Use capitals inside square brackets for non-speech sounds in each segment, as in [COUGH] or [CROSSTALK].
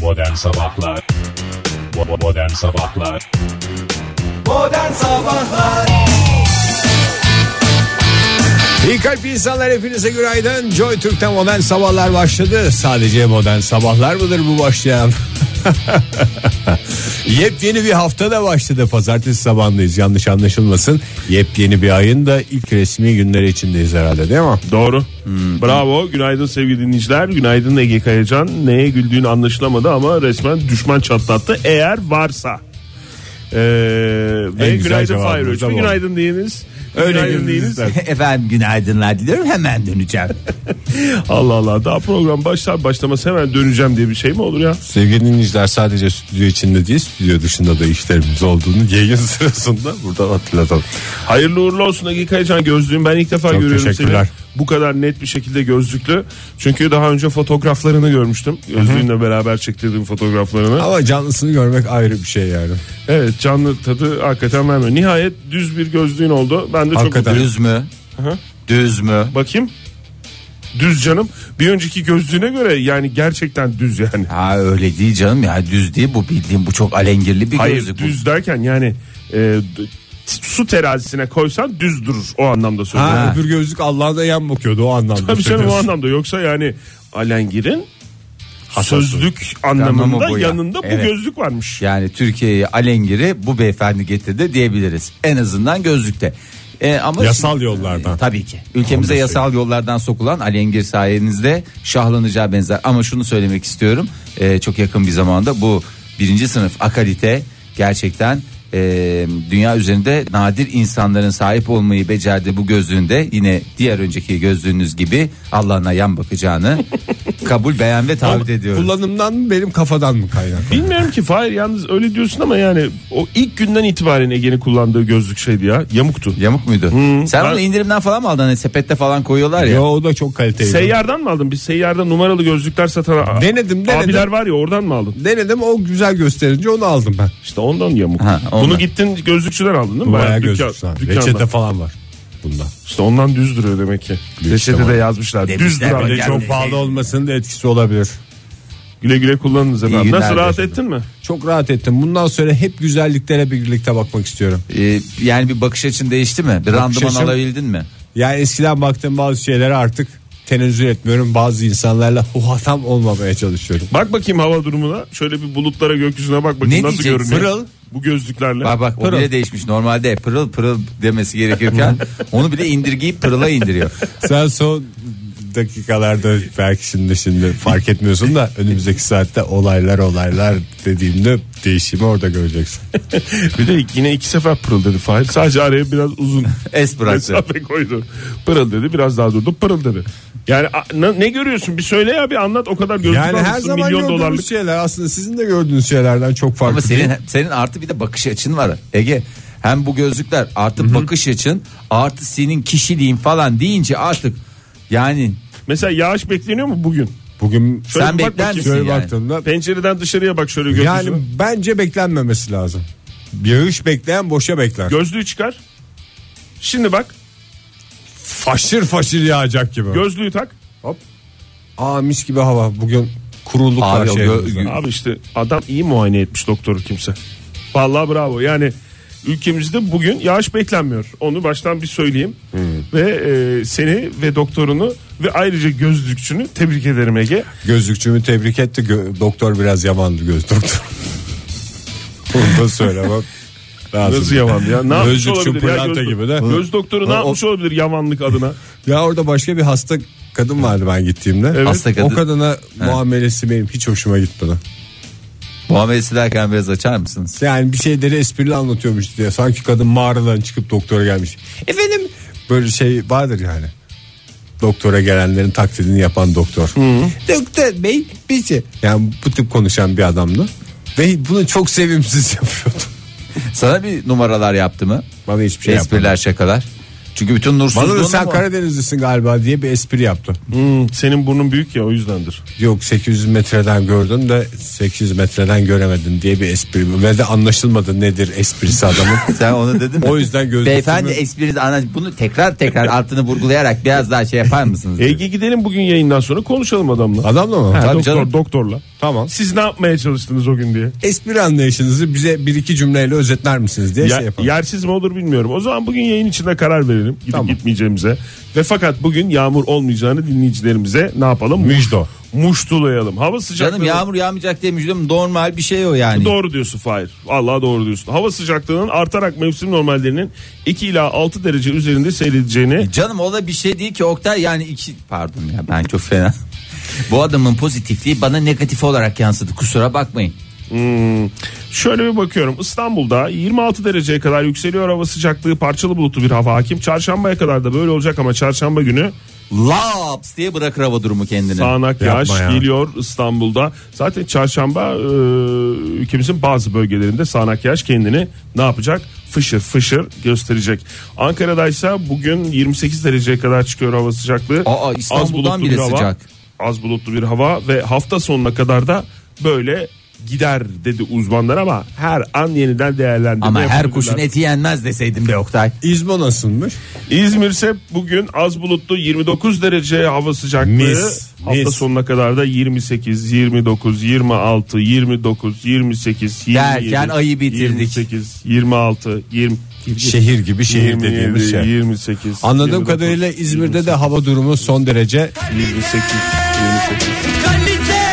Modern Sabahlar Bo- Modern Sabahlar Modern Sabahlar İyi kalp insanlar hepinize günaydın. Joy Türk'te modern sabahlar başladı. Sadece modern sabahlar mıdır bu başlayan? [LAUGHS] Yepyeni bir hafta da başladı. Pazartesi sabahındayız yanlış anlaşılmasın. Yepyeni bir ayın da ilk resmi günleri içindeyiz herhalde değil mi? Doğru. Hmm. Bravo. Günaydın sevgili dinleyiciler. Günaydın Ege Kayacan. Neye güldüğünü anlaşılamadı ama resmen düşman çatlattı. Eğer varsa. Ee, ve güzel günaydın cevabımız Fahir da Öçlü. bu. Günaydın diyiniz. Öyle günaydın gündüz diyiniz. de. Efendim günaydınlar diliyorum hemen döneceğim Allah Allah. Daha program başlar başlamaz hemen döneceğim diye bir şey mi olur ya? Sevgili dinleyiciler sadece stüdyo içinde değil stüdyo dışında da işlerimiz olduğunu yayın [LAUGHS] sırasında burada hatırlatalım. Hayırlı uğurlu olsun Ege Kayacan gözlüğüm ben ilk defa Çok görüyorum seni. teşekkürler. Bu kadar net bir şekilde gözlüklü. Çünkü daha önce fotoğraflarını görmüştüm. Gözlüğünle beraber çektirdiğim fotoğraflarını. Ama canlısını görmek ayrı bir şey yani. Evet canlı tadı hakikaten vermiyor. Nihayet düz bir gözlüğün oldu. Ben de çok Hakikaten. mutluyum. Düz mü? Düz mü? Bakayım. Düz canım. Bir önceki gözlüğüne göre yani gerçekten düz yani. Ha öyle değil canım ya düz değil bu bildiğim bu çok alengirli bir Hayır gözlük. bu. düz derken yani e, d- su terazisine koysan düz durur o anlamda söylüyorum. Ha. Ha. Öbür gözlük Allah'a da yan bakıyordu o anlamda. Tabii canım o söylüyorsun. anlamda yoksa yani Alengir'in Hassas sözlük Anlamı anlamında bu ya. yanında bu Evet. gözlük varmış. Yani Türkiye'ye alengiri bu beyefendi getirdi diyebiliriz. En azından gözlükte. E, ama Yasal yollardan. E, tabii ki. Ülkemize Onu da yasal yollardan sokulan alengir sayenizde şahlanacağı benzer. Ama şunu söylemek istiyorum. E, çok yakın bir zamanda bu birinci sınıf akalite gerçekten e, dünya üzerinde nadir insanların sahip olmayı becerdiği bu gözlüğünde yine diğer önceki gözlüğünüz gibi Allah'ına yan bakacağını kabul beğen ve taahhüt ediyorum. Kullanımdan mı benim kafadan mı kaynaklı? Bilmiyorum ki Fahir yalnız öyle diyorsun ama yani o ilk günden itibaren Ege'nin kullandığı gözlük şeydi ya yamuktu. Yamuk muydu? Sen ben- onu indirimden falan mı aldın? Hani sepette falan koyuyorlar ya. Yo o da çok kaliteli. Seyyardan mı aldın? Biz seyyarda numaralı gözlükler satan Denedim, denedim. abiler var ya oradan mı aldın? Denedim o güzel gösterince onu aldım ben. İşte ondan yamuk. Ha, ondan. Bunu gittin gözlükçüden aldın değil mi? Bayağı Dükkan- gözlük sana. dükkanda. Reçete falan var bunda. İşte ondan düz duruyor demek ki. Büyük Reçete de ihtimalle. yazmışlar. düz Demişler duran. böyle. Güle- Hani çok pahalı şey- olmasının da etkisi olabilir. Güle güle kullanınız efendim. günler Nasıl rahat diyorsun. ettin mi? Çok rahat ettim. Bundan sonra hep güzelliklere birlikte bakmak istiyorum. Ee, yani bir bakış açın değişti mi? Bir randıman açım- alabildin mi? Yani eskiden baktığım bazı şeylere artık tenezzül etmiyorum. Bazı insanlarla huhatam olmamaya çalışıyorum. Bak bakayım hava durumuna. Şöyle bir bulutlara gökyüzüne bak bakayım Ne nasıl diyeceksin? görünüyor. Pırıl. Bu gözlüklerle. Bak bak o Pırıl. bile değişmiş. Normalde pırıl pırıl [LAUGHS] demesi gerekirken onu bile indirgeyip pırıla indiriyor. Sen son dakikalarda belki şimdi şimdi fark etmiyorsun da önümüzdeki saatte olaylar olaylar dediğimde değişimi orada göreceksin. bir [LAUGHS] de yine iki sefer pırıl dedi Fahir. Sadece araya biraz uzun Es bıraktı. mesafe koydu. Pırıl dedi biraz daha durdu pırıl dedi. Yani a- na- ne görüyorsun bir söyle ya bir anlat o kadar gözlük Yani her almışsın, zaman milyon gördüğünüz dolarlık. şeyler aslında sizin de gördüğünüz şeylerden çok farklı. Ama değil. senin senin artı bir de bakış açın var Ege. Hem bu gözlükler artı bakış açın artı senin kişiliğin falan deyince artık yani Mesela yağış bekleniyor mu bugün? bugün Şöyle sen bir bak bekler bakayım. misin yani? şöyle baktığımda Pencereden dışarıya bak şöyle gökyüzüne. yani bence beklenmemesi lazım. Yağış bekleyen boşa bekler. Gözlüğü çıkar. Şimdi bak Faşır faşır yağacak gibi. gözlüğü tak. Hop. Aa mis gibi hava. Bugün kuruluk Abi var o gö- şehrimizde. Abi işte adam iyi muayene etmiş doktoru kimse. Vallahi bravo. Yani ülkemizde bugün yağış beklenmiyor. Onu baştan bir söyleyeyim. Hmm. Ve e, seni ve doktorunu ve ayrıca gözlükçünü tebrik ederim Ege. Gözlükçümü tebrik etti. Gö- doktor biraz yamandı göz [LAUGHS] doktor. Bunu da söylemem. lazım. Nasıl yavan ya? Ne yapmış Gözlükçü olabilir ya? pırlanta Göz, gibi de. göz doktoru ne O- yapmış olabilir yavanlık adına? Ya orada başka bir hasta kadın vardı ben gittiğimde. Hasta kadın. O kadına muamelesi benim hiç hoşuma gitmedi. muamelesi derken biraz açar mısınız? Yani bir şeyleri esprili anlatıyormuş diye. Sanki kadın mağaradan çıkıp doktora gelmiş. Efendim böyle şey vardır yani. Doktora gelenlerin taklidini yapan doktor. Doktor bey bizi. Yani bu tip konuşan bir adamdı. Ve bunu çok sevimsiz [LAUGHS] yapıyordu. Sana bir numaralar yaptı mı? Bana hiçbir şey Espriler yapmadı. şakalar. Çünkü bütün Bana da nursuzluğunu sen mu- Karadenizlisin galiba diye bir espri yaptı. Hmm, senin burnun büyük ya o yüzdendir. Yok 800 metreden gördüm de 800 metreden göremedim diye bir espri. Ve de anlaşılmadı nedir esprisi adamın. [LAUGHS] Sen onu dedin mi? O yüzden gözlüğümü- Beyefendi espriniz ana bunu tekrar tekrar altını vurgulayarak biraz daha şey yapar mısınız? Ege gidelim bugün yayından sonra konuşalım adamla. Adamla mı? Ha. Tabii doktor, canım. doktorla. Tamam. Siz ne yapmaya çalıştınız o gün diye. Espri anlayışınızı bize bir iki cümleyle özetler misiniz diye Ya- şey yapalım. yersiz mi olur bilmiyorum. O zaman bugün yayın içinde karar verelim gidip Tamam. gitmeyeceğimize. Ve fakat bugün yağmur olmayacağını dinleyicilerimize ne yapalım? Müjdo. Muştulayalım. Hava sıcaklığı. Canım yağmur yağmayacak diye müjdem normal bir şey o yani. Doğru diyorsun Fahir. Allah doğru diyorsun. Hava sıcaklığının artarak mevsim normallerinin 2 ila 6 derece üzerinde seyredeceğini Canım o da bir şey değil ki Oktay yani iki pardon ya ben çok fena. Bu adamın pozitifliği bana negatif olarak yansıdı kusura bakmayın. hmm, Şöyle bir bakıyorum İstanbul'da 26 dereceye kadar yükseliyor hava sıcaklığı parçalı bulutlu bir hava hakim. Çarşambaya kadar da böyle olacak ama çarşamba günü Laps diye bırakır hava durumu kendini. sağanak Yapma yağış ya. geliyor İstanbul'da. Zaten çarşamba e, ülkemizin bazı bölgelerinde sağanak yağış kendini ne yapacak? Fışır fışır gösterecek. Ankara'da ise bugün 28 dereceye kadar çıkıyor hava sıcaklığı. Aa, Az İstanbul'dan bulutlu bile bir hava, sıcak. Az bulutlu bir hava ve hafta sonuna kadar da böyle gider dedi uzmanlar ama her an yeniden değerlendirme Ama her yapabilirler. kuşun eti yenmez deseydim be Oktay. İzmo nasılmış? İzmir ise bugün az bulutlu 29 derece hava sıcaklığı. Mis, Hafta mis. sonuna kadar da 28, 29, 26, 29, 28, 27, Derken ayı bitirdik. 28, 26, 20, 20 Şehir gibi şehir dediğimiz şey. 28. Anladığım 29, kadarıyla İzmir'de de hava durumu son derece 28, 28. Kalite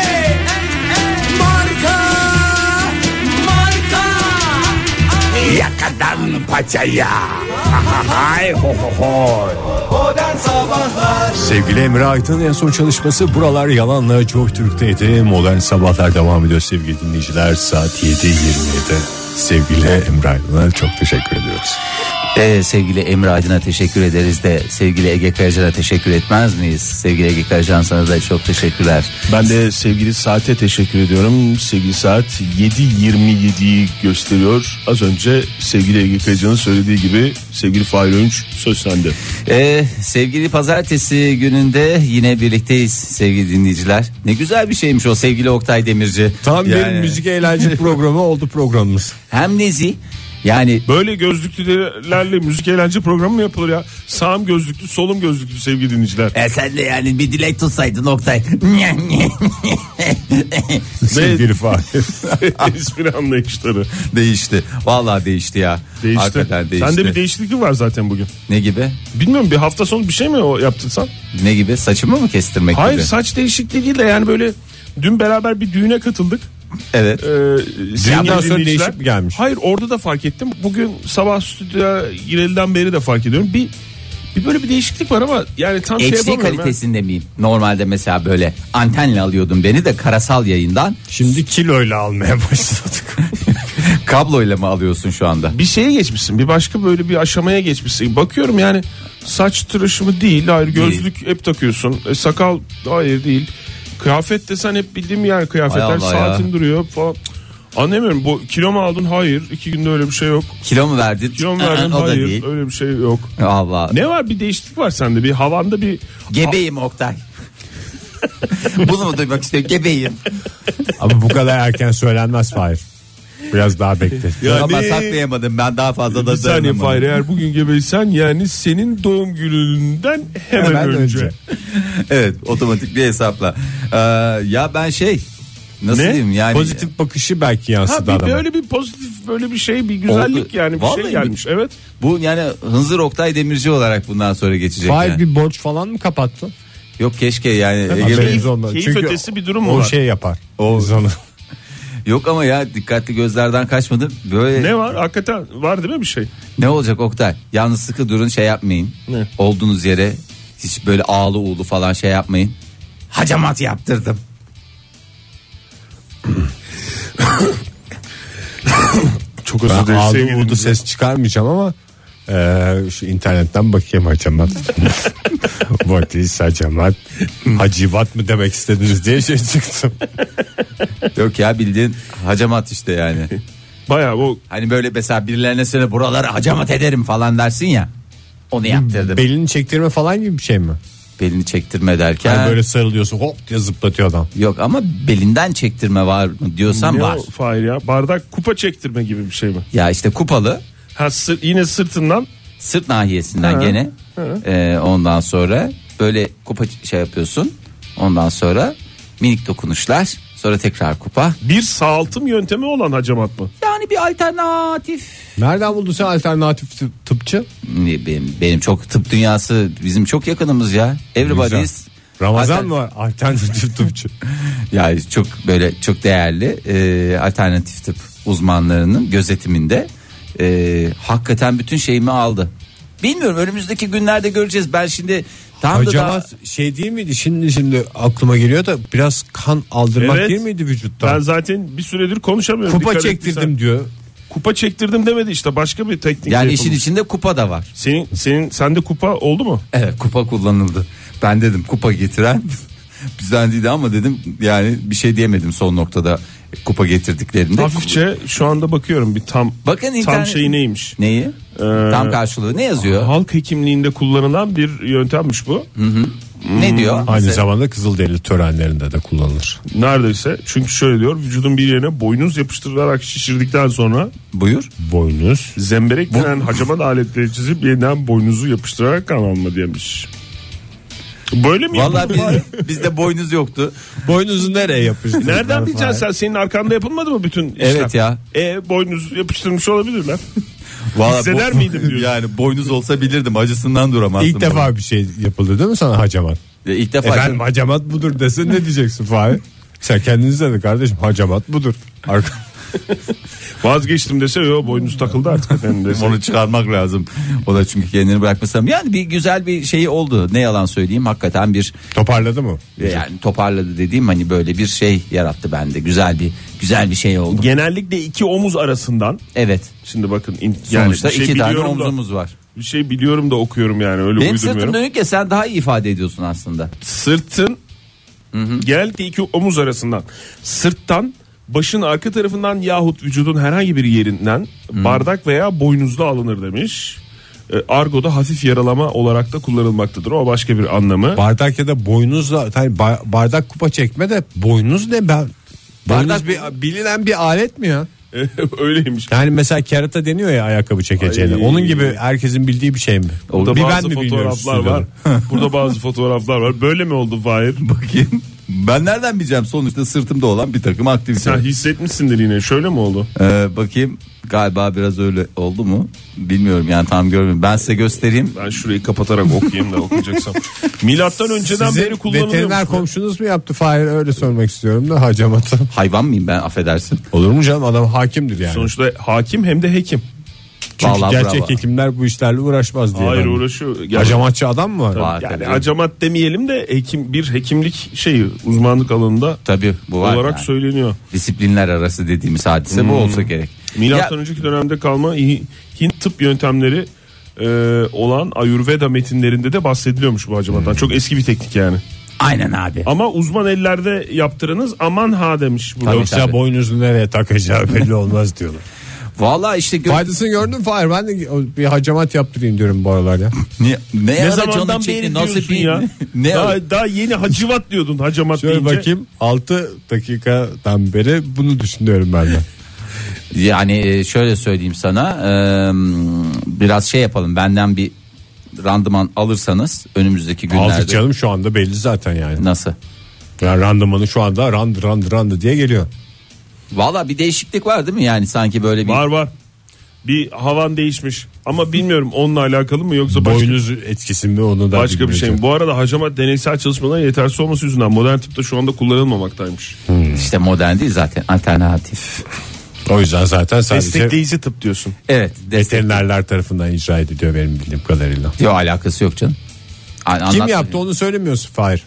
marka marka Yakadan paçaya. Hay ho ho ho. Modern Sabahlar Sevgili Emre Aydın en son çalışması Buralar Yalan'la Joy Türk'teydi. Modern Sabahlar devam ediyor sevgili dinleyiciler. Saat 7.27. Sevgili Emre Aydın'a çok teşekkür ediyoruz. Ee, sevgili Emre Aydın'a teşekkür ederiz de sevgili Ege Kayacan'a teşekkür etmez miyiz? Sevgili Ege Kayacan sana da çok teşekkürler. Ben de sevgili saate teşekkür ediyorum. Sevgili saat 7.27'yi gösteriyor. Az önce sevgili Ege Kayacan'ın söylediği gibi sevgili Fahir Önç söz sende. Ee, sevgili pazartesi gününde yine birlikteyiz sevgili dinleyiciler. Ne güzel bir şeymiş o sevgili Oktay Demirci. Tam bir Yani müzik eğlence [LAUGHS] programı oldu programımız. Hem nezi yani Böyle gözlüklülerle müzik eğlence programı mı yapılır ya? Sağım gözlüklü, solum gözlüklü sevgili dinleyiciler. [LAUGHS] e sen de yani bir dilek tutsaydın Oktay. [LAUGHS] Sevgili Fahir. İsmini anlayışları. değişti. Vallahi değişti ya. Değişti. Hakikaten değişti. Sende bir değişiklik var zaten bugün. Ne gibi? Bilmiyorum bir hafta sonu bir şey mi o yaptın sen? Ne gibi? Saçımı mı kestirmek Hayır gibi? saç değişikliği değil de yani böyle dün beraber bir düğüne katıldık. Evet. Ee, sevgili sonra dinleyiciler- değişik mi gelmiş? Hayır orada da fark ettim. Bugün sabah stüdyoya gireliden beri de fark ediyorum. Bir bir böyle bir değişiklik var ama yani tam şey HD yapamıyorum. ya. kalitesinde miyim? Normalde mesela böyle antenle alıyordum beni de karasal yayından. Şimdi kiloyla almaya başladık. Kabloyla mı alıyorsun şu anda? Bir şeye geçmişsin. Bir başka böyle bir aşamaya geçmişsin. Bakıyorum yani saç tıraşı mı değil. Hayır gözlük hep takıyorsun. E, sakal hayır değil. Kıyafet desen hep bildiğim yer kıyafetler. Allah ya. Saatin duruyor falan. Anlamıyorum. Bu kilo mu aldın? Hayır. iki günde öyle bir şey yok. Kilo mu verdin? Kilo mu Aa, verdin? o da Hayır. değil. Öyle bir şey yok. Allah. Ne var bir değişiklik var sende. Bir havanda bir Gebeyim [LAUGHS] Oktay. Bunu mu duymak istiyor? Gebeyim. [LAUGHS] Ama bu kadar erken söylenmez Fahir. Biraz daha bekle. Ama saklayamadım ben daha fazla da bir saniye dayanamadım. Fahir eğer bugün gebeysen yani senin doğum gününden hemen, Hemen önce. önce. Evet otomatik bir hesapla. Ee, ya ben şey nasıl Ne? diyeyim yani. Pozitif bakışı belki Ha yansıdı bir adama. böyle bir pozitif böyle bir şey bir güzellik Oldu. yani bir Vallahi şey gelmiş. Evet. Bu yani hınzır Oktay Demirci olarak bundan sonra geçecek. Fahir yani. bir borç falan mı kapattın? Yok keşke yani. Ege Bey- Haberiniz olmadı. keyif Çünkü ötesi bir durum mu o var? şey yapar. Biz [LAUGHS] onu- Yok ama ya dikkatli gözlerden kaçmadım. Böyle Ne var? Hakikaten var değil mi bir şey? Ne olacak Oktay? Yalnız sıkı durun şey yapmayın. Olduğunuz yere hiç böyle ağlı uğlu falan [LAUGHS] şey yapmayın. Hacamat yaptırdım. Çok özür Ben dilerim. ağzı sevgili vurdu dinleyiciler. ses çıkarmayacağım ama eee, şu internetten bakayım [LAUGHS] hacamat. What is hacamat? Hacivat mı demek istediniz diye şey çıktım. Yok ya bildiğin hacamat [LAUGHS] işte yani. Bayağı o hani böyle mesela birilerine söyle buralara hacamat ederim falan dersin ya. Onu yaptırdım. Belini çektirme falan gibi bir şey mi? Belini çektirme derken. Yani böyle sarılıyorsun hop diye zıplatıyor adam. Yok ama belinden çektirme var mı diyorsan ne var. o Fahir ya? Bardak kupa çektirme gibi bir şey mi? Ya işte kupalı Ha sır- yine sırtından sırt nahiyesinden gene. Ee, ondan sonra böyle kupa şey yapıyorsun. Ondan sonra minik dokunuşlar Sonra tekrar kupa. Bir sağaltım yöntemi olan hacamat mı? Yani bir alternatif. Nereden buldun sen alternatif tı- tıpçı? Ne, Benim, benim çok tıp dünyası bizim çok yakınımız ya. Everybody's. Ramazan Alter- mı var? Alternatif tıpçı. Yani çok böyle çok değerli e, alternatif tıp uzmanlarının gözetiminde e, hakikaten bütün şeyimi aldı. Bilmiyorum önümüzdeki günlerde göreceğiz. Ben şimdi [LAUGHS] tam da daha- Hacamat şey değil miydi? Şimdi şimdi aklıma geliyor da biraz kan aldırmak Evet. değil miydi vücuttan? Ben zaten bir süredir konuşamıyorum. Kupa dikkat çektirdim ettiysen. diyor. Kupa çektirdim demedi işte başka bir teknik. yani yapılmış. işin içinde kupa da var. Senin, senin sende kupa oldu mu? Evet kupa kullanıldı. Ben dedim kupa getiren [LAUGHS] bizden değildi ama dedim yani bir şey diyemedim son noktada kupa getirdiklerinde. Hafifçe şu anda bakıyorum bir tam Bakın tam internet- şeyi neymiş? Neyi? tam karşılığı ne yazıyor? Halk hekimliğinde kullanılan bir yöntemmiş bu. ne diyor? Aynı Hani zamanda Kızılderili törenlerinde de kullanılır. Neredeyse. Çünkü şöyle diyor vücudun bir yerine boynuz yapıştırılarak şişirdikten sonra Buyur. Boynuz. zemberek denen hacamat aletleri çizip yeniden boynuzu yapıştırarak kan alma demiş. Böyle mi? Vallahi yapılıyor? biz- [LAUGHS] bizde boynuz yoktu. Boynuzu nereye yapıştırdın? Nereden bileceksin sen senin arkanda yapılmadı mı bütün işlem? Evet ya. E boynuz [LAUGHS] yapıştırmış olabilirler. Vallahi Hisseder bo- miydim diyorsun? Yani boynuz olsa bilirdim acısından duramazdım. İlk defa bir şey yapıldı değil mi sana hacamat? Ya İlk defa. Efendim hacamat budur desin ne diyeceksin [LAUGHS] Fahir? Sen kendinize de kardeşim hacamat budur. [LAUGHS] Arka- Vazgeçtim dese yo boynuz takıldı artık efendim dese. Onu çıkarmak lazım. O da çünkü kendini bırakmasam. Yani bir güzel bir şey oldu. Ne yalan söyleyeyim hakikaten bir e, Toparladı mı? yani toparladı dediğim hani böyle bir şey yarattı bende. Güzel bir güzel bir şey oldu. Genellikle iki omuz arasından Evet. şimdi bakın in- yani Sonuçta bir şey iki tane biliyorum da- omzumuz var. Bir şey biliyorum da okuyorum yani öyle Benim uydurmuyorum. sırtım dönük ya sen daha iyi ifade ediyorsun aslında. Sırtın genellikle iki omuz arasından sırttan başın arka tarafından yahut vücudun herhangi bir yerinden bardak veya boynuzda alınır demiş. E, Argo'da hafif yaralama olarak da kullanılmaktadır. O başka bir anlamı. Bardak ya da boynuzla hayır, ba- bardak kupa çekme de boynuz ne ben? Bardak Bardak- bir, bilinen bir alet mi ya? [LAUGHS] Öyleymiş. Yani mesela kerata deniyor ya ayakkabı çekeceğine. Ay. Onun gibi herkesin bildiği bir şey mi? Burada bir ben bazı mi bilmiyorum fotoğraflar stüdyoda? var. [LAUGHS] Burada bazı fotoğraflar var. Böyle mi oldu Fahir? [LAUGHS] Bakayım. Ben nereden bileceğim sonuçta sırtımda olan bir takım aktivite. Sen hissetmişsindir yine. Şöyle mi oldu? Ee, bakayım galiba biraz öyle oldu mu? Bilmiyorum yani tam görmüyorum. Ben size göstereyim. Ben şurayı kapatarak okuyayım da [LAUGHS] okuyacaksam. Milattan önceden Sizin beri veteriner kullanılıyor. komşunuz mu yaptı Fahir öyle sormak istiyorum da hacamatı. Hayvan mıyım ben affedersin. Olur mu canım adam hakimdir yani. Sonuçta hakim hem de hekim. Çünkü Vallahi gerçek bravo. hekimler bu işlerle uğraşmaz diye. Hayır ben- uğraşıyor. Yani- Hacamatçı adam mı var? Var Yani tabii. hacamat demeyelim de hekim bir hekimlik şeyi uzmanlık alanında Tabii bu var. olarak Hmm. yani. söyleniyor. Disiplinler arası dediğimiz hadise bu olsa gerek. Milattan Ya, önceki dönemde kalma Hi- Hint tıp yöntemleri e, olan Ayurveda metinlerinde de bahsediliyormuş bu hacamattan. Hmm. Çok eski bir teknik yani. aynen abi. Ama uzman ellerde yaptırınız aman ha demiş burada. Tabii, Yoksa Ya tabii. boynuzu nereye takacağı belli olmaz diyorlar. Vallahi işte gö- [LAUGHS] Faydasını gördün Fahir ben de bir hacamat yaptırayım diyorum bu aralar [LAUGHS] ya. ne, ne, Ne ara zamandan canın beri çekti nasıl diyorsun bir ya? [LAUGHS] ne ara- daha, daha yeni hacivat diyordun hacamat Şöyle deyince. bakayım 6 dakikadan beri bunu düşünüyorum ben [LAUGHS] de. Yani e, şöyle söyleyeyim sana e, biraz şey yapalım benden bir randıman alırsanız önümüzdeki günlerde. Aldık canım şu anda belli zaten yani. Nasıl? yani randımanı şu anda rand rand rand diye geliyor. Valla bir değişiklik var değil mi yani sanki böyle bir Var var. Bir havan değişmiş. Ama bilmiyorum onunla alakalı mı yoksa başka Boynuz etkisi mi onu da Başka bir şey mi? bilmiyorum. Bu arada hacamat deneysel çalışmaların yetersiz olması yüzünden modern tıpta şu anda kullanılmamaktaymış. işte modern değil zaten alternatif. O yüzden zaten sadece Destekleyici tıp diyorsun. Evet destek veterinerler tarafından icra ediliyor benim bildiğim kadarıyla. diyor alakası yok canım. An- Kim anlat- yaptı onu söylemiyorsun Fahir.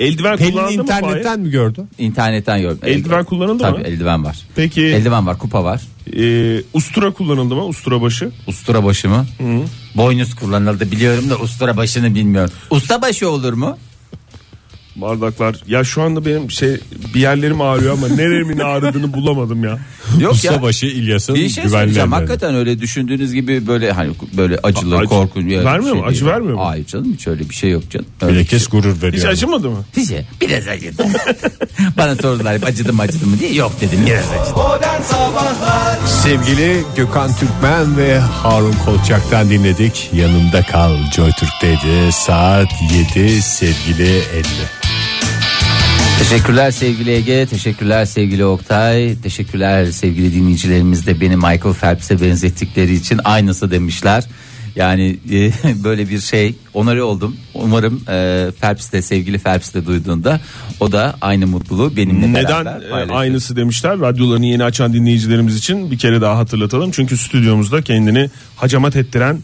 Eldiven Pelin kullandı mı? Fahir? internetten mi gördü? İnternetten gördüm. Eldiven kullanıldı Tabii mı? eldiven var. Peki Eldiven var kupa var. e, ustura kullanıldı mı? Ustura başı. Ustura başı mı? Boynuz kullanıldı biliyorum da ustura başını bilmiyorum. Usta başı olur mu? Bardaklar. Ya şu anda benim şey bir yerlerim ağrıyor ama [LAUGHS] nerelerimin ağrıdığını bulamadım ya. Yok ya. Ustabaşı İlyas'ın Bir şey söyleyeceğim. Hakikaten öyle düşündüğünüz gibi böyle hani böyle acılı, Acı- korkunç. ya, Vermiyor şey mu? Acı değil. vermiyor mu? Hayır canım hiç öyle bir şey yok canım. Öyle bir şey Bilakis gurur veriyor. Hiç acımadı mı? Bir şey, biraz acıdı. [LAUGHS] Bana sordular hep acıdı mı acıdı mı diye. Yok dedim biraz acıdı. Modern Sabahlar Sevgili Gökhan Türkmen ve Harun Kolçak'tan dinledik. Yanımda kal Joy Türk'teydi. Saat 7 sevgili 50. Teşekkürler sevgili Ege, teşekkürler sevgili Oktay, teşekkürler sevgili dinleyicilerimiz de beni Michael Phelps'e benzettikleri için aynısı demişler. Yani e, [LAUGHS] böyle bir şey onarı oldum. Umarım e, Phelps de sevgili Phelps de duyduğunda o da aynı mutluluğu benimle Neden beraber e, paylaşır. aynısı demişler radyolarını yeni açan dinleyicilerimiz için bir kere daha hatırlatalım. Çünkü stüdyomuzda kendini hacamat ettiren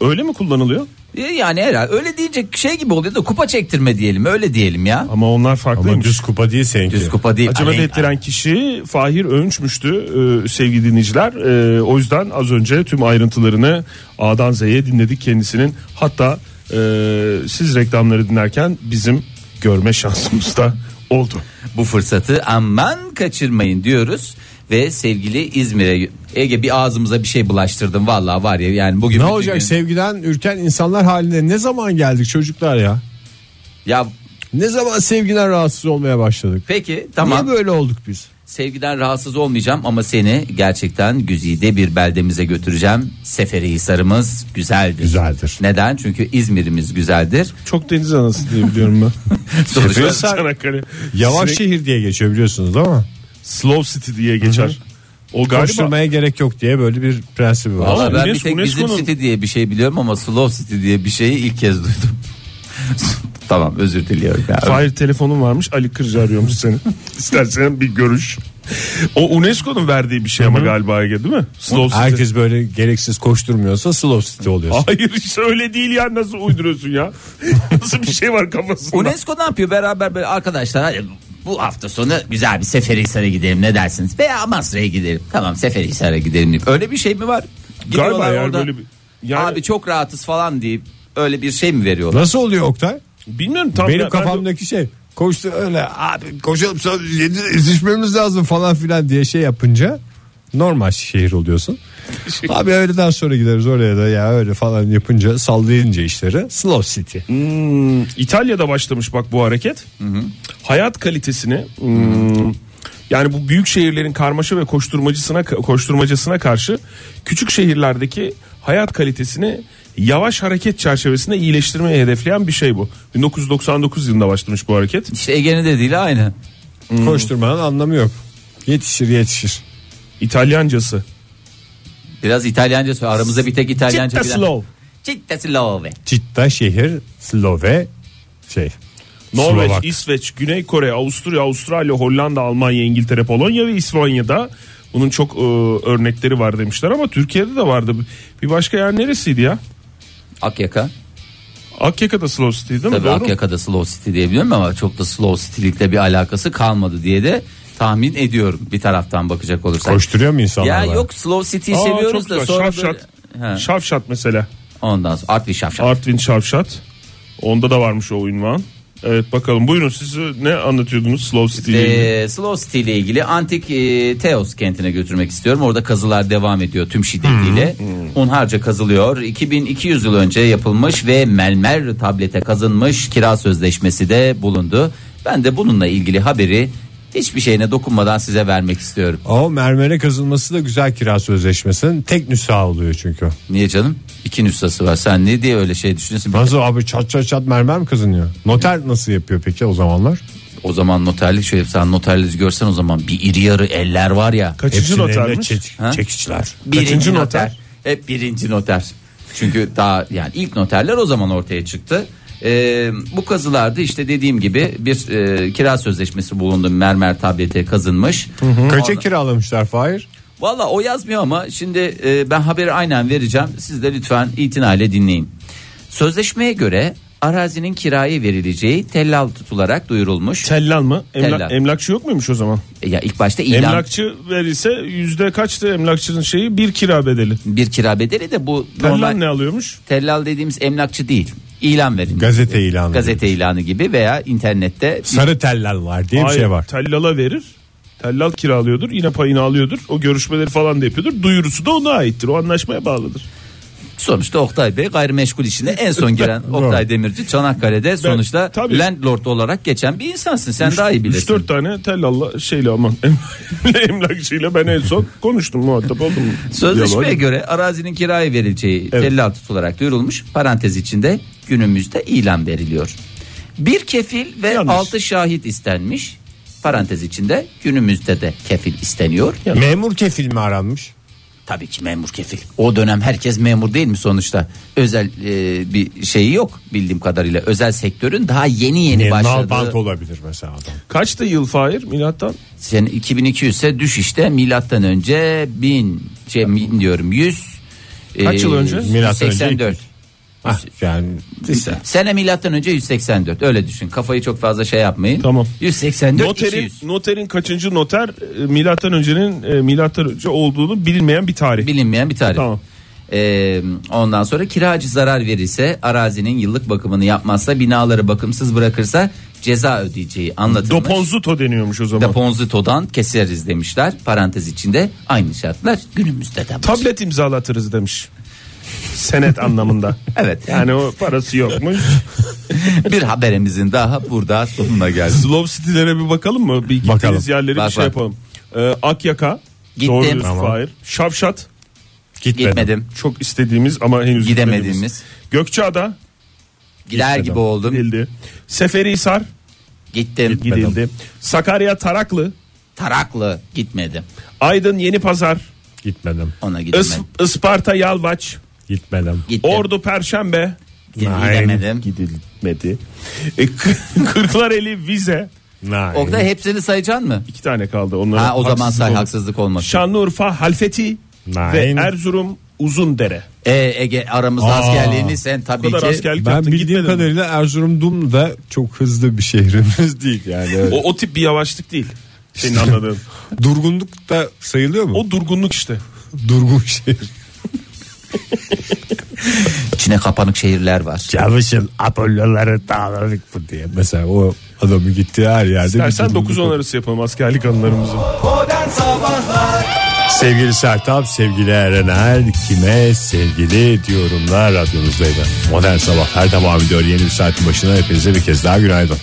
öyle mi kullanılıyor? E, Yani herhalde öyle deyince şey gibi oluyor da kupa çektirme diyelim öyle diyelim ya. Ama onlar Ama farklıymış. düz kupa değil seninki. Düz kupa değil. Hacamat Aleyna. ettiren kişi Fahir Öğünç'müştü e, sevgili dinleyiciler. E, o yüzden az önce tüm ayrıntılarını A'dan Z'ye dinledik kendisinin. Hatta e, siz reklamları dinlerken bizim görme şansımız da oldu. bu fırsatı aman kaçırmayın diyoruz ve sevgili İzmir'e Ege bir ağzımıza bir şey bulaştırdım vallahi var ya yani bugün Ne bütün olacak gün- sevgiden ürken insanlar haline ne zaman geldik çocuklar ya? ya Ne zaman sevgiden rahatsız olmaya başladık? peki tamam Niye böyle olduk biz? sevgiden rahatsız olmayacağım ama seni gerçekten güzide bir beldemize götüreceğim Seferihisar'ımız güzeldir Güzeldir. neden çünkü İzmir'imiz [LAUGHS] güzeldir Çok deniz anası diye biliyorum ben. [LAUGHS] şey- sonuçta Çanakkale. Yavaş Sürekli şehir diye geçiyor biliyorsunuz ama Slow City diye geçer. O galiba koşturmaya gerek yok diye böyle bir prensibi var. Valla ben bir UNESCO tek bizim UNESCO'nun- city diye bir şey biliyorum ama slow city diye bir şeyi ilk kez duydum [LAUGHS] tamam özür diliyorum ya. Fahir telefonum varmış Ali Kırcı arıyormuş seni. [LAUGHS] İstersen bir görüş. O UNESCO'nun verdiği bir şey ama galiba Ege değil mi? Slow City. Herkes böyle gereksiz koşturmuyorsa slow city oluyorsun. Hayır işte öyle değil ya nasıl uyduruyorsun ya? [LAUGHS] nasıl bir şey var kafasında? UNESCO ne yapıyor beraber böyle arkadaşlar hadi bu hafta sonu güzel bir Seferihisar'a gidelim ne dersiniz? Veya Amasra'ya gidelim. Tamam Seferihisar'a gidelim deyip. Öyle bir şey mi var? Gidiyorlar Galiba yani orada, böyle bir- yani- Abi çok rahatız falan deyip öyle bir şey mi veriyorlar? Nasıl oluyor Oktay? Bilmiyorum tam Benim ben- kafamdaki şey koştu öyle abi koşalım sonra yedi- yetişmemiz lazım falan filan diye şey yapınca normal [LAUGHS] şehir oluyorsun. abi öğleden sonra gideriz oraya da ya öyle falan yapınca sallayınca işleri slow city. Hmm, İtalya'da başlamış bak bu hareket. Hayat kalitesini hmm, yani bu büyük şehirlerin karmaşa ve koşturmacısına koşturmacasına karşı küçük şehirlerdeki hayat kalitesini yavaş hareket çerçevesinde iyileştirmeyi hedefleyen bir şey bu. 1999 yılında başlamış bu hareket. İşte Ege'nin dediğiyle aynı. Koşturmanın anlamı yok. Yetişir yetişir. İtalyancası. Biraz İtalyanca söyle. Aramızda bir tek İtalyanca Citta slow. Citta slow. Citta şehir Slove şey. Norveç, Slovak. İsveç, Güney Kore, Avusturya, Avustralya, Hollanda, Almanya, İngiltere, Polonya ve İspanya'da bunun çok e, örnekleri var demişler ama Türkiye'de de vardı. Bir başka yer neresiydi ya? Akyaka. Akyaka'da Slow City değil mi? Tabii Doğru mu? Akyaka'da slow city diyebiliyorum ama çok da slow city'likle bir alakası kalmadı diye de tahmin ediyorum bir taraftan bakacak olursak. Koşturuyor mu insanlar? Ya bana? yok slow city'yi Aa, seviyoruz çok da güzel. sonra Şavşat. böyle- He. Şavşat mesela. Ondan sonra Artvin Şavşat. Artvin Şavşat. Onda da varmış o ünvan. Evet bakalım buyurun siz ne anlatıyordunuz Slow City ile ilgili? Ee, slow City ile ilgili antik e, Teos kentine götürmek istiyorum. Orada kazılar devam ediyor tüm şiddetiyle. Unharca kazılıyor. 2200 yıl önce yapılmış ve mermer tablete kazınmış kira sözleşmesi de bulundu. Ben de bununla ilgili haberi hiçbir şeyine dokunmadan size vermek istiyorum. O mermere kazılması da güzel kira sözleşmesinin tek nüsha oluyor çünkü. Niye canım? İki nüshası var. Sen ne diye öyle şey düşünüyorsun? Nasıl abi çat çat çat mermer mi kazınıyor? Noter nasıl yapıyor peki o zamanlar? O zaman noterlik şöyle sen noterleri görsen o zaman bir iri yarı eller var ya. Kaçıncı notermiş? Ha? çekişler. Birinci Kaçıncı noter? noter? Hep birinci noter. Çünkü daha yani ilk noterler o zaman ortaya çıktı. Ee, bu kazılarda işte dediğim gibi bir e, kira sözleşmesi bulundu. Mermer tablete kazınmış. Kaça kiralamışlar Fahir? Valla o yazmıyor ama şimdi e, ben haberi aynen vereceğim. Siz de lütfen itinayla dinleyin. Sözleşmeye göre arazinin kiraya verileceği tellal tutularak duyurulmuş. Tellal mı? Emla- Tellal. Emlakçı yok muymuş o zaman? E, ya ilk başta ilan Emlakçı verirse yüzde kaçtı emlakçının şeyi? Bir kira bedeli. bir kira bedeli de bu Tellal normal ne alıyormuş? tellal dediğimiz emlakçı değil. İlan verilmiş. Gazete ilanı. gazete ilanı gibi veya internette Sarı teller var diye Hayır, bir şey var. Tellala verir. Tellal kiralıyordur. Yine payını alıyordur. O görüşmeleri falan da yapıyordur. Duyurusu da ona aittir. O anlaşmaya bağlıdır. sonuçta Oktay Bey gayrimeşgul işine en son [LAUGHS] giren Oktay Demirci Çanakkale'de sonuçta tabii. landlord olarak geçen bir insansın sen daha iyi bilirsin. 3-4 tane tellalla şeyle aman em- [LAUGHS] emlakçıyla ben en son konuştum muhatap oldum. Sözleşmeye Diyalog. göre arazinin kiraya verileceği tellal tutularak duyurulmuş parantez içinde günümüzde ilan veriliyor. Bir kefil ve Yanlış. altı şahit istenmiş. Parantez içinde günümüzde de kefil isteniyor. Memur kefil mi aranmış? Tabii ki memur kefil. O dönem herkes memur değil mi sonuçta? Özel e, bir şeyi yok bildiğim kadarıyla. Özel sektörün daha yeni yeni Yani başladığı. Nalbant olabilir mesela adam. Kaçtı yıl Fahir milattan? Sen 2200 ise düş işte milattan önce 1000 şey bin diyorum e, 100 Kaç yıl önce? Milattan önce 184. Hah, yani işte. Sene milattan önce 184 öyle düşün. Kafayı çok fazla şey yapmayın. Tamam. 184 Noterin, 200. noterin kaçıncı noter e, milattan öncenin e, milattan önce olduğunu bilinmeyen bir tarih. Bilinmeyen bir tarih. Tamam. Ee, ondan sonra kiracı zarar verirse arazinin yıllık bakımını yapmazsa binaları bakımsız bırakırsa ceza ödeyeceği anlatılmış. Doponzuto deniyormuş o zaman. Deponzito'dan keseriz demişler. Parantez içinde aynı şartlar günümüzde de var. Tablet imzalatırız demiş. Senet anlamında. [LAUGHS] Evet. Yani o parası yokmuş. bir haberimizin daha burada sonuna geldi. Slow City'lere bir bakalım mı? Bir gittiğiniz Bakalım. yerleri Bak, bir şey bak. yapalım. Ee, Akyaka. Gittim. Doğru diyorsun Tamam. Fahir. Şavşat. Gitmedim. Gitmedim. Çok istediğimiz ama henüz Gidemediğimiz. gitmediğimiz. Gökçeada Gider gibi oldum. gidildi. Seferihisar Gittim. gidildi. Sakarya Taraklı. Taraklı gitmedim. Aydın Yeni Pazar. Gitmedim. Ona gidemedim. Is- Isparta Yalvaç. Gitmedim. Gittim. Ordu Perşembe. gidemedim. Gidilmedi. E, [LAUGHS] Kırklareli Vize. Nein. Oktay hepsini sayacaksın mı? İki tane kaldı. Onlara Ha, o zaman haksızlık say olur. haksızlık olmasın. Şanlıurfa Halfeti. Ve Nein. Erzurum Uzundere. Ee, Ege aramızda askerliğini sen tabii Bu ki. kadar askerlik Ben yaptın, bildiğim gitmedin mi? kadarıyla Erzurum da çok hızlı bir şehrimiz değil yani. O, o tip bir yavaşlık değil. Senin anladığın. Durgunluk da sayılıyor [LAUGHS] mu? O durgunluk işte. [LAUGHS] durgun şehir. İçine kapanık şehirler var. Çalışın Apollo'ları dağladık bu diye. Mesela o adamın gittiği her yerde. Dersen bir durgunluk 9-10 olur. arası yapalım askerlik anılarımızı. Modern Sabahlar Sevgili Sertap, sevgili Eren Er, kime sevgili diyorumlar radyonuzdaydı. Modern Sabahlar devam ediyor. Yeni bir saatin başına hepinize bir kez daha günaydın.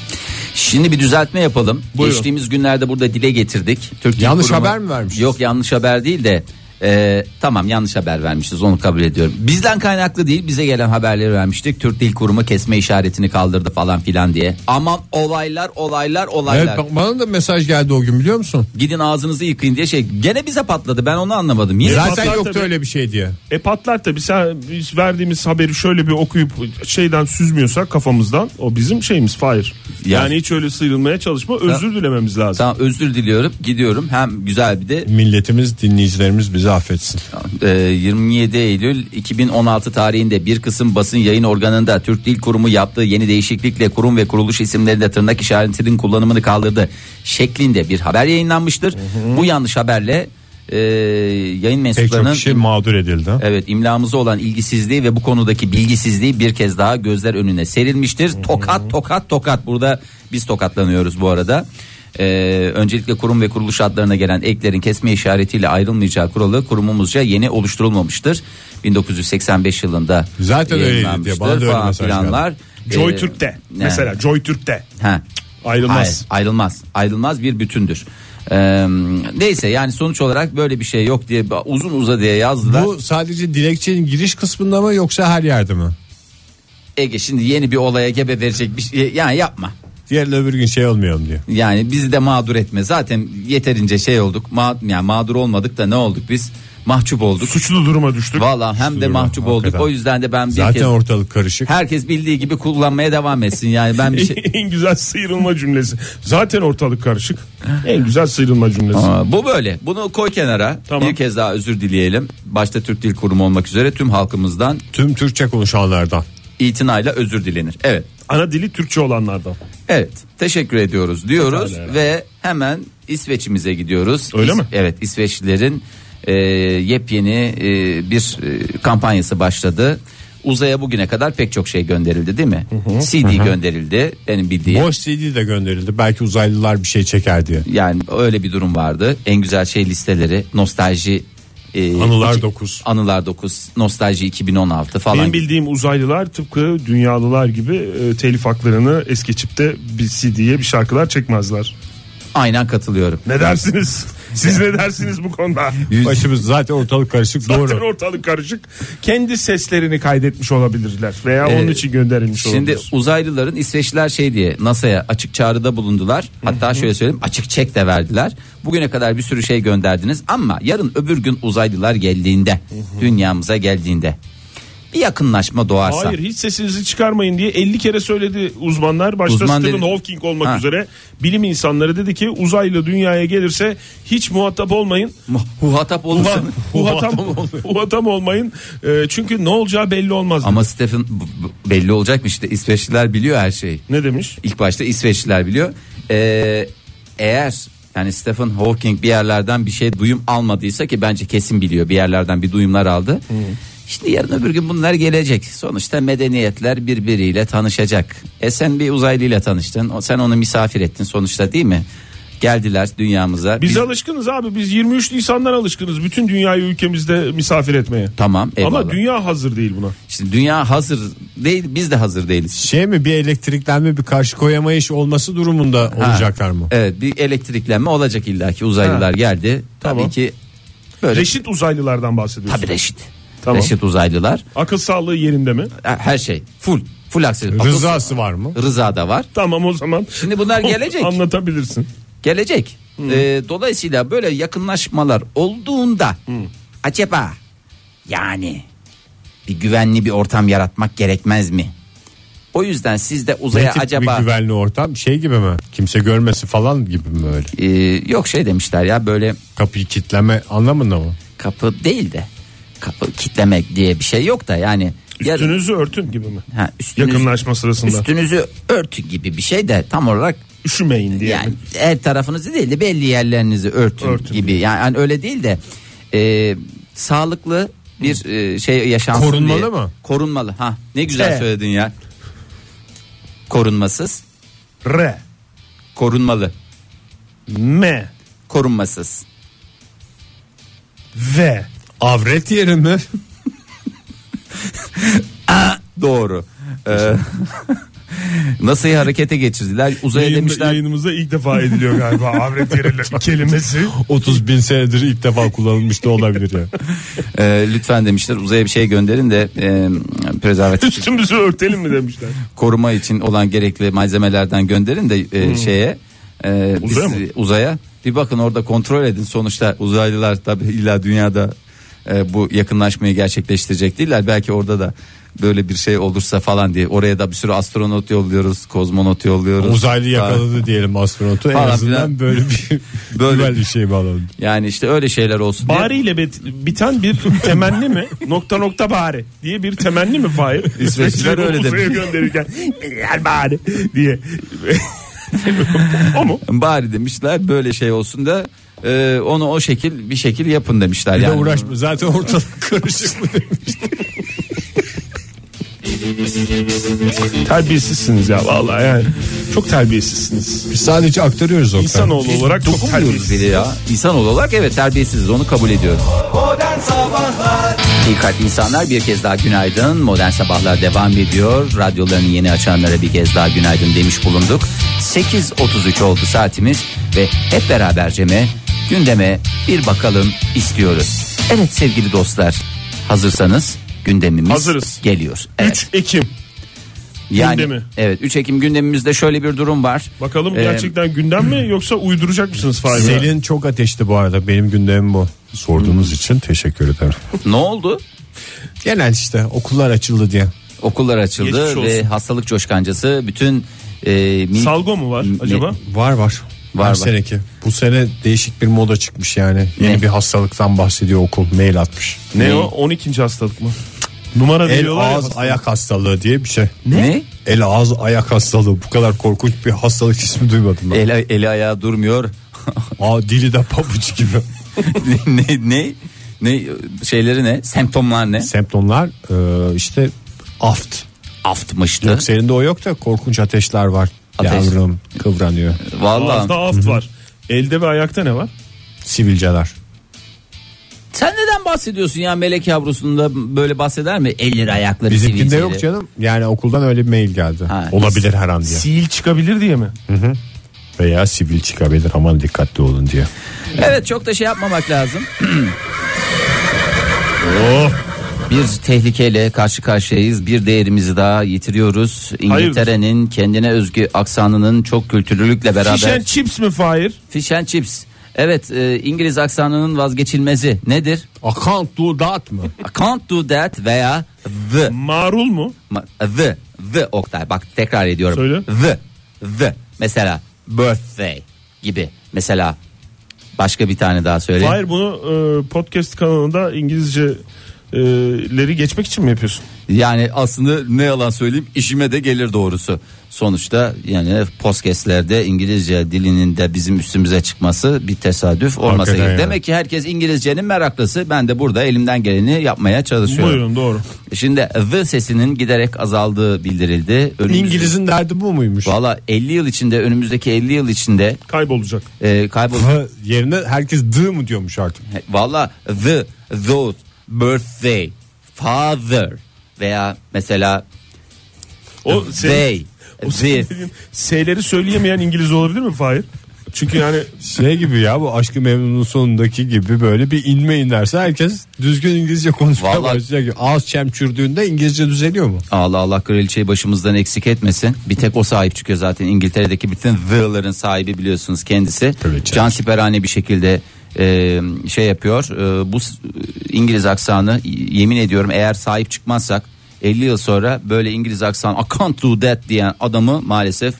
Şimdi bir düzeltme yapalım. Buyurun. Geçtiğimiz günlerde burada dile getirdik. Türk Dil Yanlış haber mi vermişiz? Yok yanlış haber değil de e, tamam yanlış haber vermişiz onu kabul ediyorum. Bizden kaynaklı değil bize gelen haberleri vermiştik. Türk Dil Kurumu kesme işaretini kaldırdı falan filan diye. Aman olaylar olaylar olaylar. bana da mesaj geldi o gün biliyor musun? Gidin ağzınızı yıkayın diye şey gene bize patladı ben onu anlamadım. Yine Zaten patlar yoktu tabii. öyle bir şey diye. E patlar tabii sen biz verdiğimiz haberi şöyle bir okuyup şeyden süzmüyorsak kafamızdan o bizim şeyimiz Fahir. Ya- Yani hiç öyle sıyrılmaya çalışma özür dilememiz lazım. Tamam özür diliyorum gidiyorum hem güzel bir de Milletimiz, dinleyicilerimiz bizi affetsin. e, 27 Eylül 2016 tarihinde bir kısım basın yayın organında Türk Dil Kurumu yaptığı yeni değişiklikle kurum ve kuruluş isimlerinde tırnak işaretinin kullanımını kaldırdı şeklinde bir haber yayınlanmıştır. Bu yanlış haberle e, yayın Pek çok mensuplarının kişi mağdur edildi. Evet imlamıza olan ilgisizliği ve bu konudaki bilgisizliği bir kez daha gözler önüne serilmiştir. Tokat tokat tokat burada biz tokatlanıyoruz bu arada. Ee, öncelikle kurum ve kuruluş adlarına gelen eklerin kesme işaretiyle ayrılmayacağı kuralı kurumumuzca yeni oluşturulmamıştır. 1985 yılında Zaten öyleydi diye yayınlanmıştır bana da öyle falan mesaj filanlar. Joy Ee, Türk'te ne? mesela Joy Türk'te Ha. ayrılmaz. Hayır, ayrılmaz. Ayrılmaz bir bütündür. Ee, neyse yani sonuç olarak böyle bir şey yok diye uzun uza diye yazdılar. Bu sadece dilekçenin giriş kısmında mı yoksa her yerde mi? Ege şimdi yeni bir olaya gebe verecek bir şey yani yapma. Diğerle öbür gün şey olmayalım diye. Yani bizi de mağdur etme. Zaten yeterince şey olduk. Ma yani mağdur olmadık da ne olduk biz? Mahcup olduk. Suçlu duruma düştük. Vallahi hem de duruma, mahcup olduk. hakikaten. O yüzden de ben bir Zaten kez ortalık karışık. herkes bildiği gibi kullanmaya devam etsin. Yani ben bir [LAUGHS] şey [LAUGHS] en güzel sıyrılma cümlesi. Zaten ortalık karışık. En güzel sıyrılma cümlesi. Aa, bu böyle. Bunu koy kenara. Tamam. Bir kez daha özür dileyelim. Başta Türk Dil Kurumu olmak üzere tüm halkımızdan Tüm Türkçe konuşanlardan. itinayla özür dilenir. Evet. Ana dili Türkçe olanlardan. Evet teşekkür ediyoruz diyoruz ve hemen İsveç'imize gidiyoruz. Öyle İs- mi? Evet İsveçlilerin e, yepyeni e, bir e, kampanyası başladı. Uzaya bugüne kadar pek çok şey gönderildi değil mi? CD gönderildi benim bildiğim. Boş CD de gönderildi. Belki uzaylılar bir şey çeker diye. Yani öyle bir durum vardı. En güzel şey listeleri nostalji. e, Anılar iki- dokuz. Anılar 9 nostalji 2016 falan. Benim bildiğim uzaylılar tıpkı dünyalılar gibi e, telif haklarını es geçip de bir CD'ye bir şarkılar çekmezler. Aynen katılıyorum. Ne dersiniz? Siz ne dersiniz bu konuda? Yüz- Başımız zaten ortalık karışık Zaten doğru. ortalık karışık. Kendi seslerini kaydetmiş olabilirler veya Ee, onun için gönderilmiş Şimdi olabilir. uzaylıların İsveçliler şey diye NASA'ya açık çağrıda bulundular. Hatta şöyle söyleyeyim açık çek de verdiler. Bugüne kadar bir sürü şey gönderdiniz ama yarın öbür gün uzaylılar geldiğinde dünyamıza geldiğinde bir yakınlaşma doğarsa. Hayır hiç sesinizi çıkarmayın diye 50 kere söyledi uzmanlar. Başta Uzman Stephen dedi- Hawking olmak Ha. üzere bilim insanları dedi ki uzaylı dünyaya gelirse hiç muhatap olmayın. Mu- Muhatap olursa. [LAUGHS] Uha- Muhatap, muhatap olmayın. Ee, çünkü ne olacağı belli olmaz. Ama Stephen bu- bu- belli olacakmış işte İsveçliler biliyor her şeyi. Ne demiş? İlk başta İsveçliler biliyor. Ee, eğer yani Stephen Hawking bir yerlerden bir şey duyum almadıysa ki bence kesin biliyor bir yerlerden bir duyumlar aldı. Şimdi yarın öbür gün bunlar gelecek. Sonuçta medeniyetler birbiriyle tanışacak. E sen bir uzaylıyla tanıştın. O- Sen onu misafir ettin sonuçta değil mi? Geldiler dünyamıza. Biz, Biz- alışkınız abi. Biz 23 Nisan'dan alışkınız. Bütün dünyayı ülkemizde misafir etmeye. Tamam eyvallah. Ama dünya hazır değil buna. Şimdi dünya hazır değil biz de hazır değiliz. Şey mi bir elektriklenme bir karşı koyamayış olması durumunda olacaklar mı? Evet bir elektriklenme olacak illaki uzaylılar geldi. Tamam. Tabii ki böyle. Reşit uzaylılardan bahsediyorsun. Tabii reşit. Tamam. Reşit uzaylılar. Akıl sağlığı yerinde mi? Ha- Her şey full. Full aksi. Rızası var mı? Rıza da var. Tamam o zaman. Şimdi [LAUGHS] bunlar gelecek. Anlatabilirsin. Gelecek. Ee, dolayısıyla böyle yakınlaşmalar olduğunda acaba yani bir güvenli bir ortam yaratmak gerekmez mi? O yüzden siz de Ne uzaya tip acaba bir güvenli ortam şey gibi mi? Kimse görmesi falan gibi mi öyle? Ee, yok şey demişler ya böyle Kapıyı kitleme anlamında mı? kapı değil de kapı kitlemek diye bir şey yok da yani ya- Üstünüzü örtün gibi mi? ha, üstünüz- Yakınlaşma sırasında. üstünüzü örtün gibi bir şey de tam olarak Üşümeyin diye. yani her tarafınızı değil de belli yerlerinizi örtün, Örtün gibi yani, yani öyle değil de e, sağlıklı bir e, şey yaşansın Korunmalı diye. mı? Korunmalı ha ne güzel İşte. söyledin ya korunmasız R, korunmalı M, korunmasız V. Avret yeri [LAUGHS] mi? doğru Ee, [LAUGHS] nasıl harekete geçirdiler uzaya Yayın- demişler Yayınımızda ilk defa ediliyor galiba avret [LAUGHS] yeri kelimesi. 30 bin senedir ilk defa kullanılmış da olabilir ya. e, lütfen demişler uzaya bir şey gönderin de e, prezervatif Üstümüzü örtelim mi demişler. koruma için olan gerekli malzemelerden gönderin de e, şeye e, biz- Hmm. Uzaya mı? uzaya bir bakın orada kontrol edin sonuçta uzaylılar tabi illa dünyada e, bu yakınlaşmayı gerçekleştirecek değiller belki orada da böyle bir şey olursa falan diye oraya da bir sürü astronot yolluyoruz kozmonot yolluyoruz Uzaylı Falan. yakaladı diyelim astronotu. En Falan azından filan. böyle bir Böyle. güvenli şey bağladı. yani işte öyle şeyler olsun diye. Bari ile bit- biten bir temenni mi? [LAUGHS] Nokta nokta bari diye bir temenni mi Fahir? [LAUGHS] İsveçliler öyle Uzaya demiş. gönderirken "Beyler bari [LAUGHS] diye. o mu? bari demişler böyle şey olsun da e, onu o şekil bir şekil yapın demişler Bir de yani uğraşma zaten ortalık karışık mı Terbiyesizsiniz ya vallahi yani. Çok terbiyesizsiniz. Biz sadece aktarıyoruz Oktay. İnsanoğlu olarak çok Dokunmuyoruz terbiyesiz. bile ya. İnsanoğlu olarak evet terbiyesiziz onu kabul ediyorum. Modern Sabahlar İyi kalpli insanlar bir kez daha günaydın. Modern Sabahlar devam ediyor. Radyolarını yeni açanlara bir kez daha günaydın demiş bulunduk. 8.33 oldu saatimiz ve hep beraberce mi gündeme bir bakalım istiyoruz. Evet sevgili dostlar hazırsanız gündemimiz Hazırız. geliyor. Evet. 3 Ekim. gündemi. Evet 3 Ekim gündemimizde şöyle bir durum var. Bakalım Ee, gerçekten gündem mi yoksa uyduracak mısınız Fahir? Selin çok ateşli bu arada. Benim gündemim bu. Sorduğunuz için teşekkür ederim. Ne oldu? Hmm. Genel işte okullar açıldı diye. Okullar Geçmiş açıldı olsun. ve hastalık coşkancası bütün e, minik- Salgo mu var Ne- acaba? Var var. Var Her var. seneki. Bu sene değişik bir moda çıkmış yani. Yeni Ne? bir hastalıktan bahsediyor okul. Mail atmış. Ne, o? 12. hastalık mı? Numara El diyorlar ya. ağız ayak hastalığı diye bir şey. ne? El ağız ayak hastalığı. Bu kadar korkunç bir hastalık ismi duymadım ben. Eli, eli ayağı durmuyor. [LAUGHS] Aa, dili de pabuç gibi. ne, ne ne şeyleri ne? Semptomlar ne? [LAUGHS] Semptomlar e, işte aft. Aftmıştı. Yok senin de o yok da korkunç ateşler var. Ateş. Yavrum kıvranıyor. Vallahi. Ağızda aft var. Elde ve ayakta ne var? Sivilceler. Sen neden bahsediyorsun ya melek yavrusunda böyle bahseder mi? Elleri ayakları Bizimkinde sivilceli. yok canım. Yani okuldan öyle bir mail geldi. Ha, Olabilir her an diye. Sihil çıkabilir diye mi? Veya sivil çıkabilir aman dikkatli olun diye. Evet çok da şey yapmamak lazım. [CLEARS THROAT] Oh. Bir tehlikeyle karşı karşıyayız. Bir değerimizi daha yitiriyoruz. İngiltere'nin kendine özgü aksanının çok kültürlülükle beraber Fish and chips mi Fahir? Fish and chips. Evet e, İngiliz aksanının vazgeçilmezi nedir? I can't do that mı? I can't do that veya the Marul mu? Ma- the the Oktay bak tekrar ediyorum. Söyle. The the mesela birthday gibi mesela başka bir tane daha söyle. Fahir bunu e, podcast kanalında İngilizceleri geçmek için mi yapıyorsun? Yani aslında ne yalan söyleyeyim işime de gelir doğrusu. Sonuçta yani podcastlerde İngilizce dilinin de bizim üstümüze çıkması bir tesadüf olmasa Hakikaten gerek. yani. Demek ki herkes İngilizcenin meraklısı. Ben de burada elimden geleni yapmaya çalışıyorum. Buyurun doğru. Şimdi the sesinin giderek azaldığı bildirildi. Önümüz- İngiliz'in derdi bu muymuş? Valla 50 yıl içinde önümüzdeki 50 yıl içinde Kaybolacak. e, kaybol Hı yerine herkes dı mı diyormuş artık. Valla the, those, birthday, father veya mesela O senin, they, o this. senin dediğin S'leri söyleyemeyen İngiliz olabilir mi Fahir? Çünkü yani Şey gibi ya bu aşkı memnunun sonundaki gibi böyle bir inme inerse herkes düzgün İngilizce konuşmaya Vallahi- başlayacak. Ağız çemçürdüğünde İngilizce düzeliyor mu? Allah Allah kraliçeyi başımızdan eksik etmesin. Bir tek o sahip çıkıyor zaten İngiltere'deki bütün the'ların sahibi biliyorsunuz kendisi. Tabii canım. Cansiperane bir şekilde e, şey yapıyor. E, bu s- İngiliz aksanı y- yemin ediyorum eğer sahip çıkmazsak 50 yıl sonra böyle İngiliz aksan I can't do that diyen adamı maalesef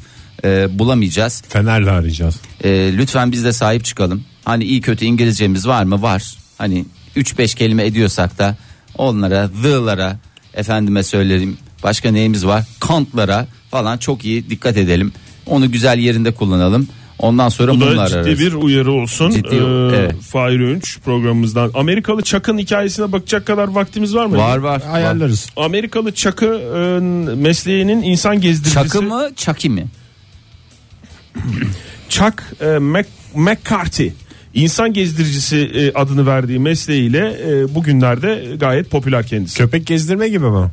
e, bulamayacağız. Fenerle arayacağız. E, lütfen biz de sahip çıkalım. Hani iyi kötü İngilizcemiz var mı? Var. Hani 3-5 kelime ediyorsak da onlara, the'lara, efendime söylerim. Başka neyimiz var? Kantlara falan çok iyi dikkat edelim. Onu güzel yerinde kullanalım. Ondan sonra bu da bunlar ciddi ararız. bir uyarı olsun. Ciddi, Ee, evet. Fahir Öğünç programımızdan. Amerikalı Çak'ın hikayesine bakacak kadar vaktimiz var mı? Var var. var. Ayarlarız. Amerikalı Çak'ın mesleğinin insan gezdiricisi. Çakı mı, çaki mi? Chuck e, Mac- McCarthy insan gezdiricisi e, adını verdiği mesleğiyle e, bugünlerde gayet popüler kendisi. Köpek gezdirme gibi mi?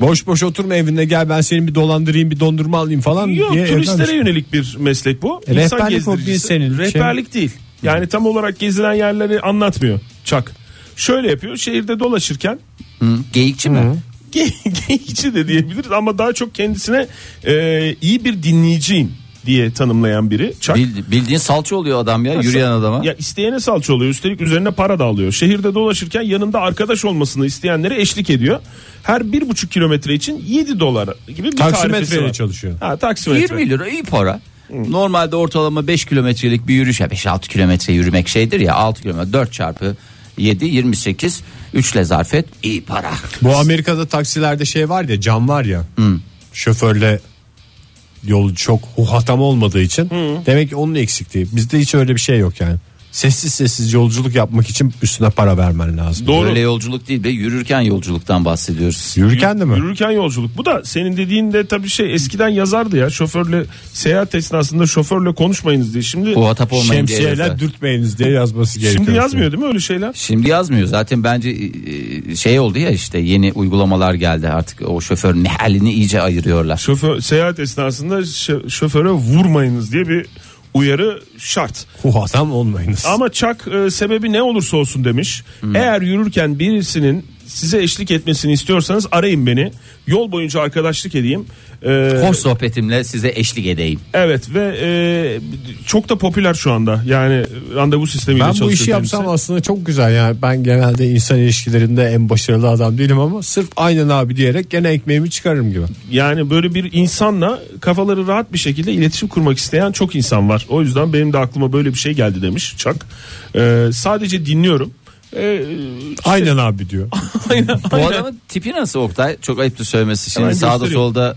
Boş boş oturma evinde gel ben seni bir dolandırayım bir dondurma alayım falan Yok diye. turistlere evlenmiş. yönelik bir meslek bu. E, rehberlik o bir senin şey- Rehberlik değil. Yani tam olarak gezilen yerleri anlatmıyor Chuck. Şöyle yapıyor şehirde dolaşırken [LAUGHS] Hı, geyikçi mi? ge- geyikçi de diyebiliriz ama daha çok kendisine e, iyi bir dinleyiciyim diye tanımlayan biri Chuck. Bil- bildiğin salça oluyor adam ya, yürüyen adama. Ya isteyene salça oluyor. Üstelik üzerine para da alıyor. Şehirde dolaşırken yanında arkadaş olmasını isteyenlere eşlik ediyor. Her bir buçuk kilometre için 7 dolar gibi bir tarifesi Taksimetreyle var. çalışıyor. Ha, taksimetre. 20 lira iyi para. Normalde ortalama 5 kilometrelik bir yürüyüş. 5-6 kilometre yürümek şeydir ya 6 kilometre 4 çarpı 7 28 3 ile zarf et iyi para. Bu Amerika'da taksilerde şey var ya cam var ya. Şoförle yol çok huhatam olmadığı için. Demek ki onun eksikliği. Bizde hiç öyle bir şey yok yani. Sessiz sessiz yolculuk yapmak için üstüne para vermen lazım. Doğru. Böyle yolculuk değil be yürürken yolculuktan bahsediyoruz. Yürürken de mi? Yürürken yolculuk. Bu da senin dediğin de tabii şey eskiden yazardı ya şoförle seyahat esnasında şoförle konuşmayınız diye. Şimdi O hatap olmayın diye. Şemsiyeler yazar. dürtmeyiniz diye yazması gerekiyor. şimdi yazmıyor değil mi öyle şeyler? Şimdi yazmıyor zaten bence e, şey oldu ya işte yeni uygulamalar geldi artık o şoförün halini iyice ayırıyorlar. Şoför seyahat esnasında şö- şoföre vurmayınız diye bir uyarı şart. Huhatam olmayınız. Ama Chuck e, sebebi ne olursa olsun demiş. Hmm. Eğer yürürken birisinin size eşlik etmesini istiyorsanız arayın beni. Yol boyunca arkadaşlık edeyim. E, Hoş sohbetimle size eşlik edeyim. evet ve e, çok da popüler şu anda. Yani randevu sistemiyle ben çalışıyor. bu işi kendisi. yapsam aslında çok güzel yani ben genelde insan ilişkilerinde en başarılı adam değilim ama sırf aynen abi diyerek gene ekmeğimi çıkarırım gibi. Yani böyle bir insanla kafaları rahat bir şekilde iletişim kurmak isteyen çok insan var. O yüzden benim de aklıma böyle bir şey geldi demiş Chuck. E, sadece dinliyorum. E, [LAUGHS] Aynen abi diyor. aynen, Bu aynen. adamın tipi nasıl Oktay? Çok ayıptır söylemesi. Şimdi Hemen sağda göstereyim. solda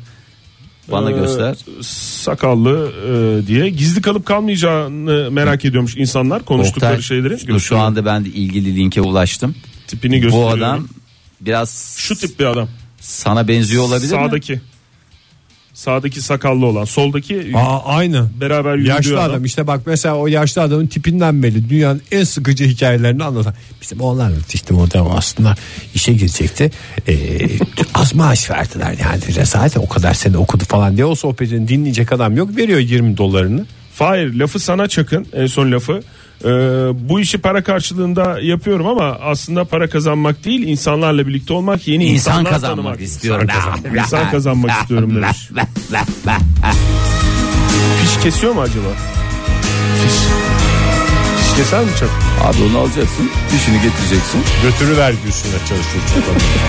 bana Ee, göster. Sakallı e, diye gizli kalıp kalmayacağını merak ediyormuş insanlar konuştukları Oktay, şeyleri. dur, şu anda ben de ilgili linke ulaştım. tipini Bu gösteriyorum. adam biraz şu tip bir adam. sana benziyor olabilir mi? Sağdaki. Sağdaki sakallı olan, soldaki Aa aynı. beraber yürüdüğü Yaşlı adam. adam. işte bak mesela o yaşlı adamın tipinden belli dünyanın en sıkıcı hikayelerini anlatan. Bizim oğlan işte orada aslında işe girecekti. Ee, az maaş verdiler yani rezalet o kadar sene okudu falan diye o sohbetini dinleyecek adam yok veriyor 20 dolarını Fahir lafı sana çakın en son lafı. Ee, bu işi para karşılığında yapıyorum ama aslında para kazanmak değil insanlarla birlikte olmak yeni İnsan insanlar kazanmak tanımak. istiyorum. İnsan kazanmak, İnsan kazanmak istiyorum demiş. Fiş kesiyor mu acaba? Fiş. Fiş keser mi çok? Abi onu alacaksın, dişini getireceksin. Götürüver diyorsun da çalışıyorsun.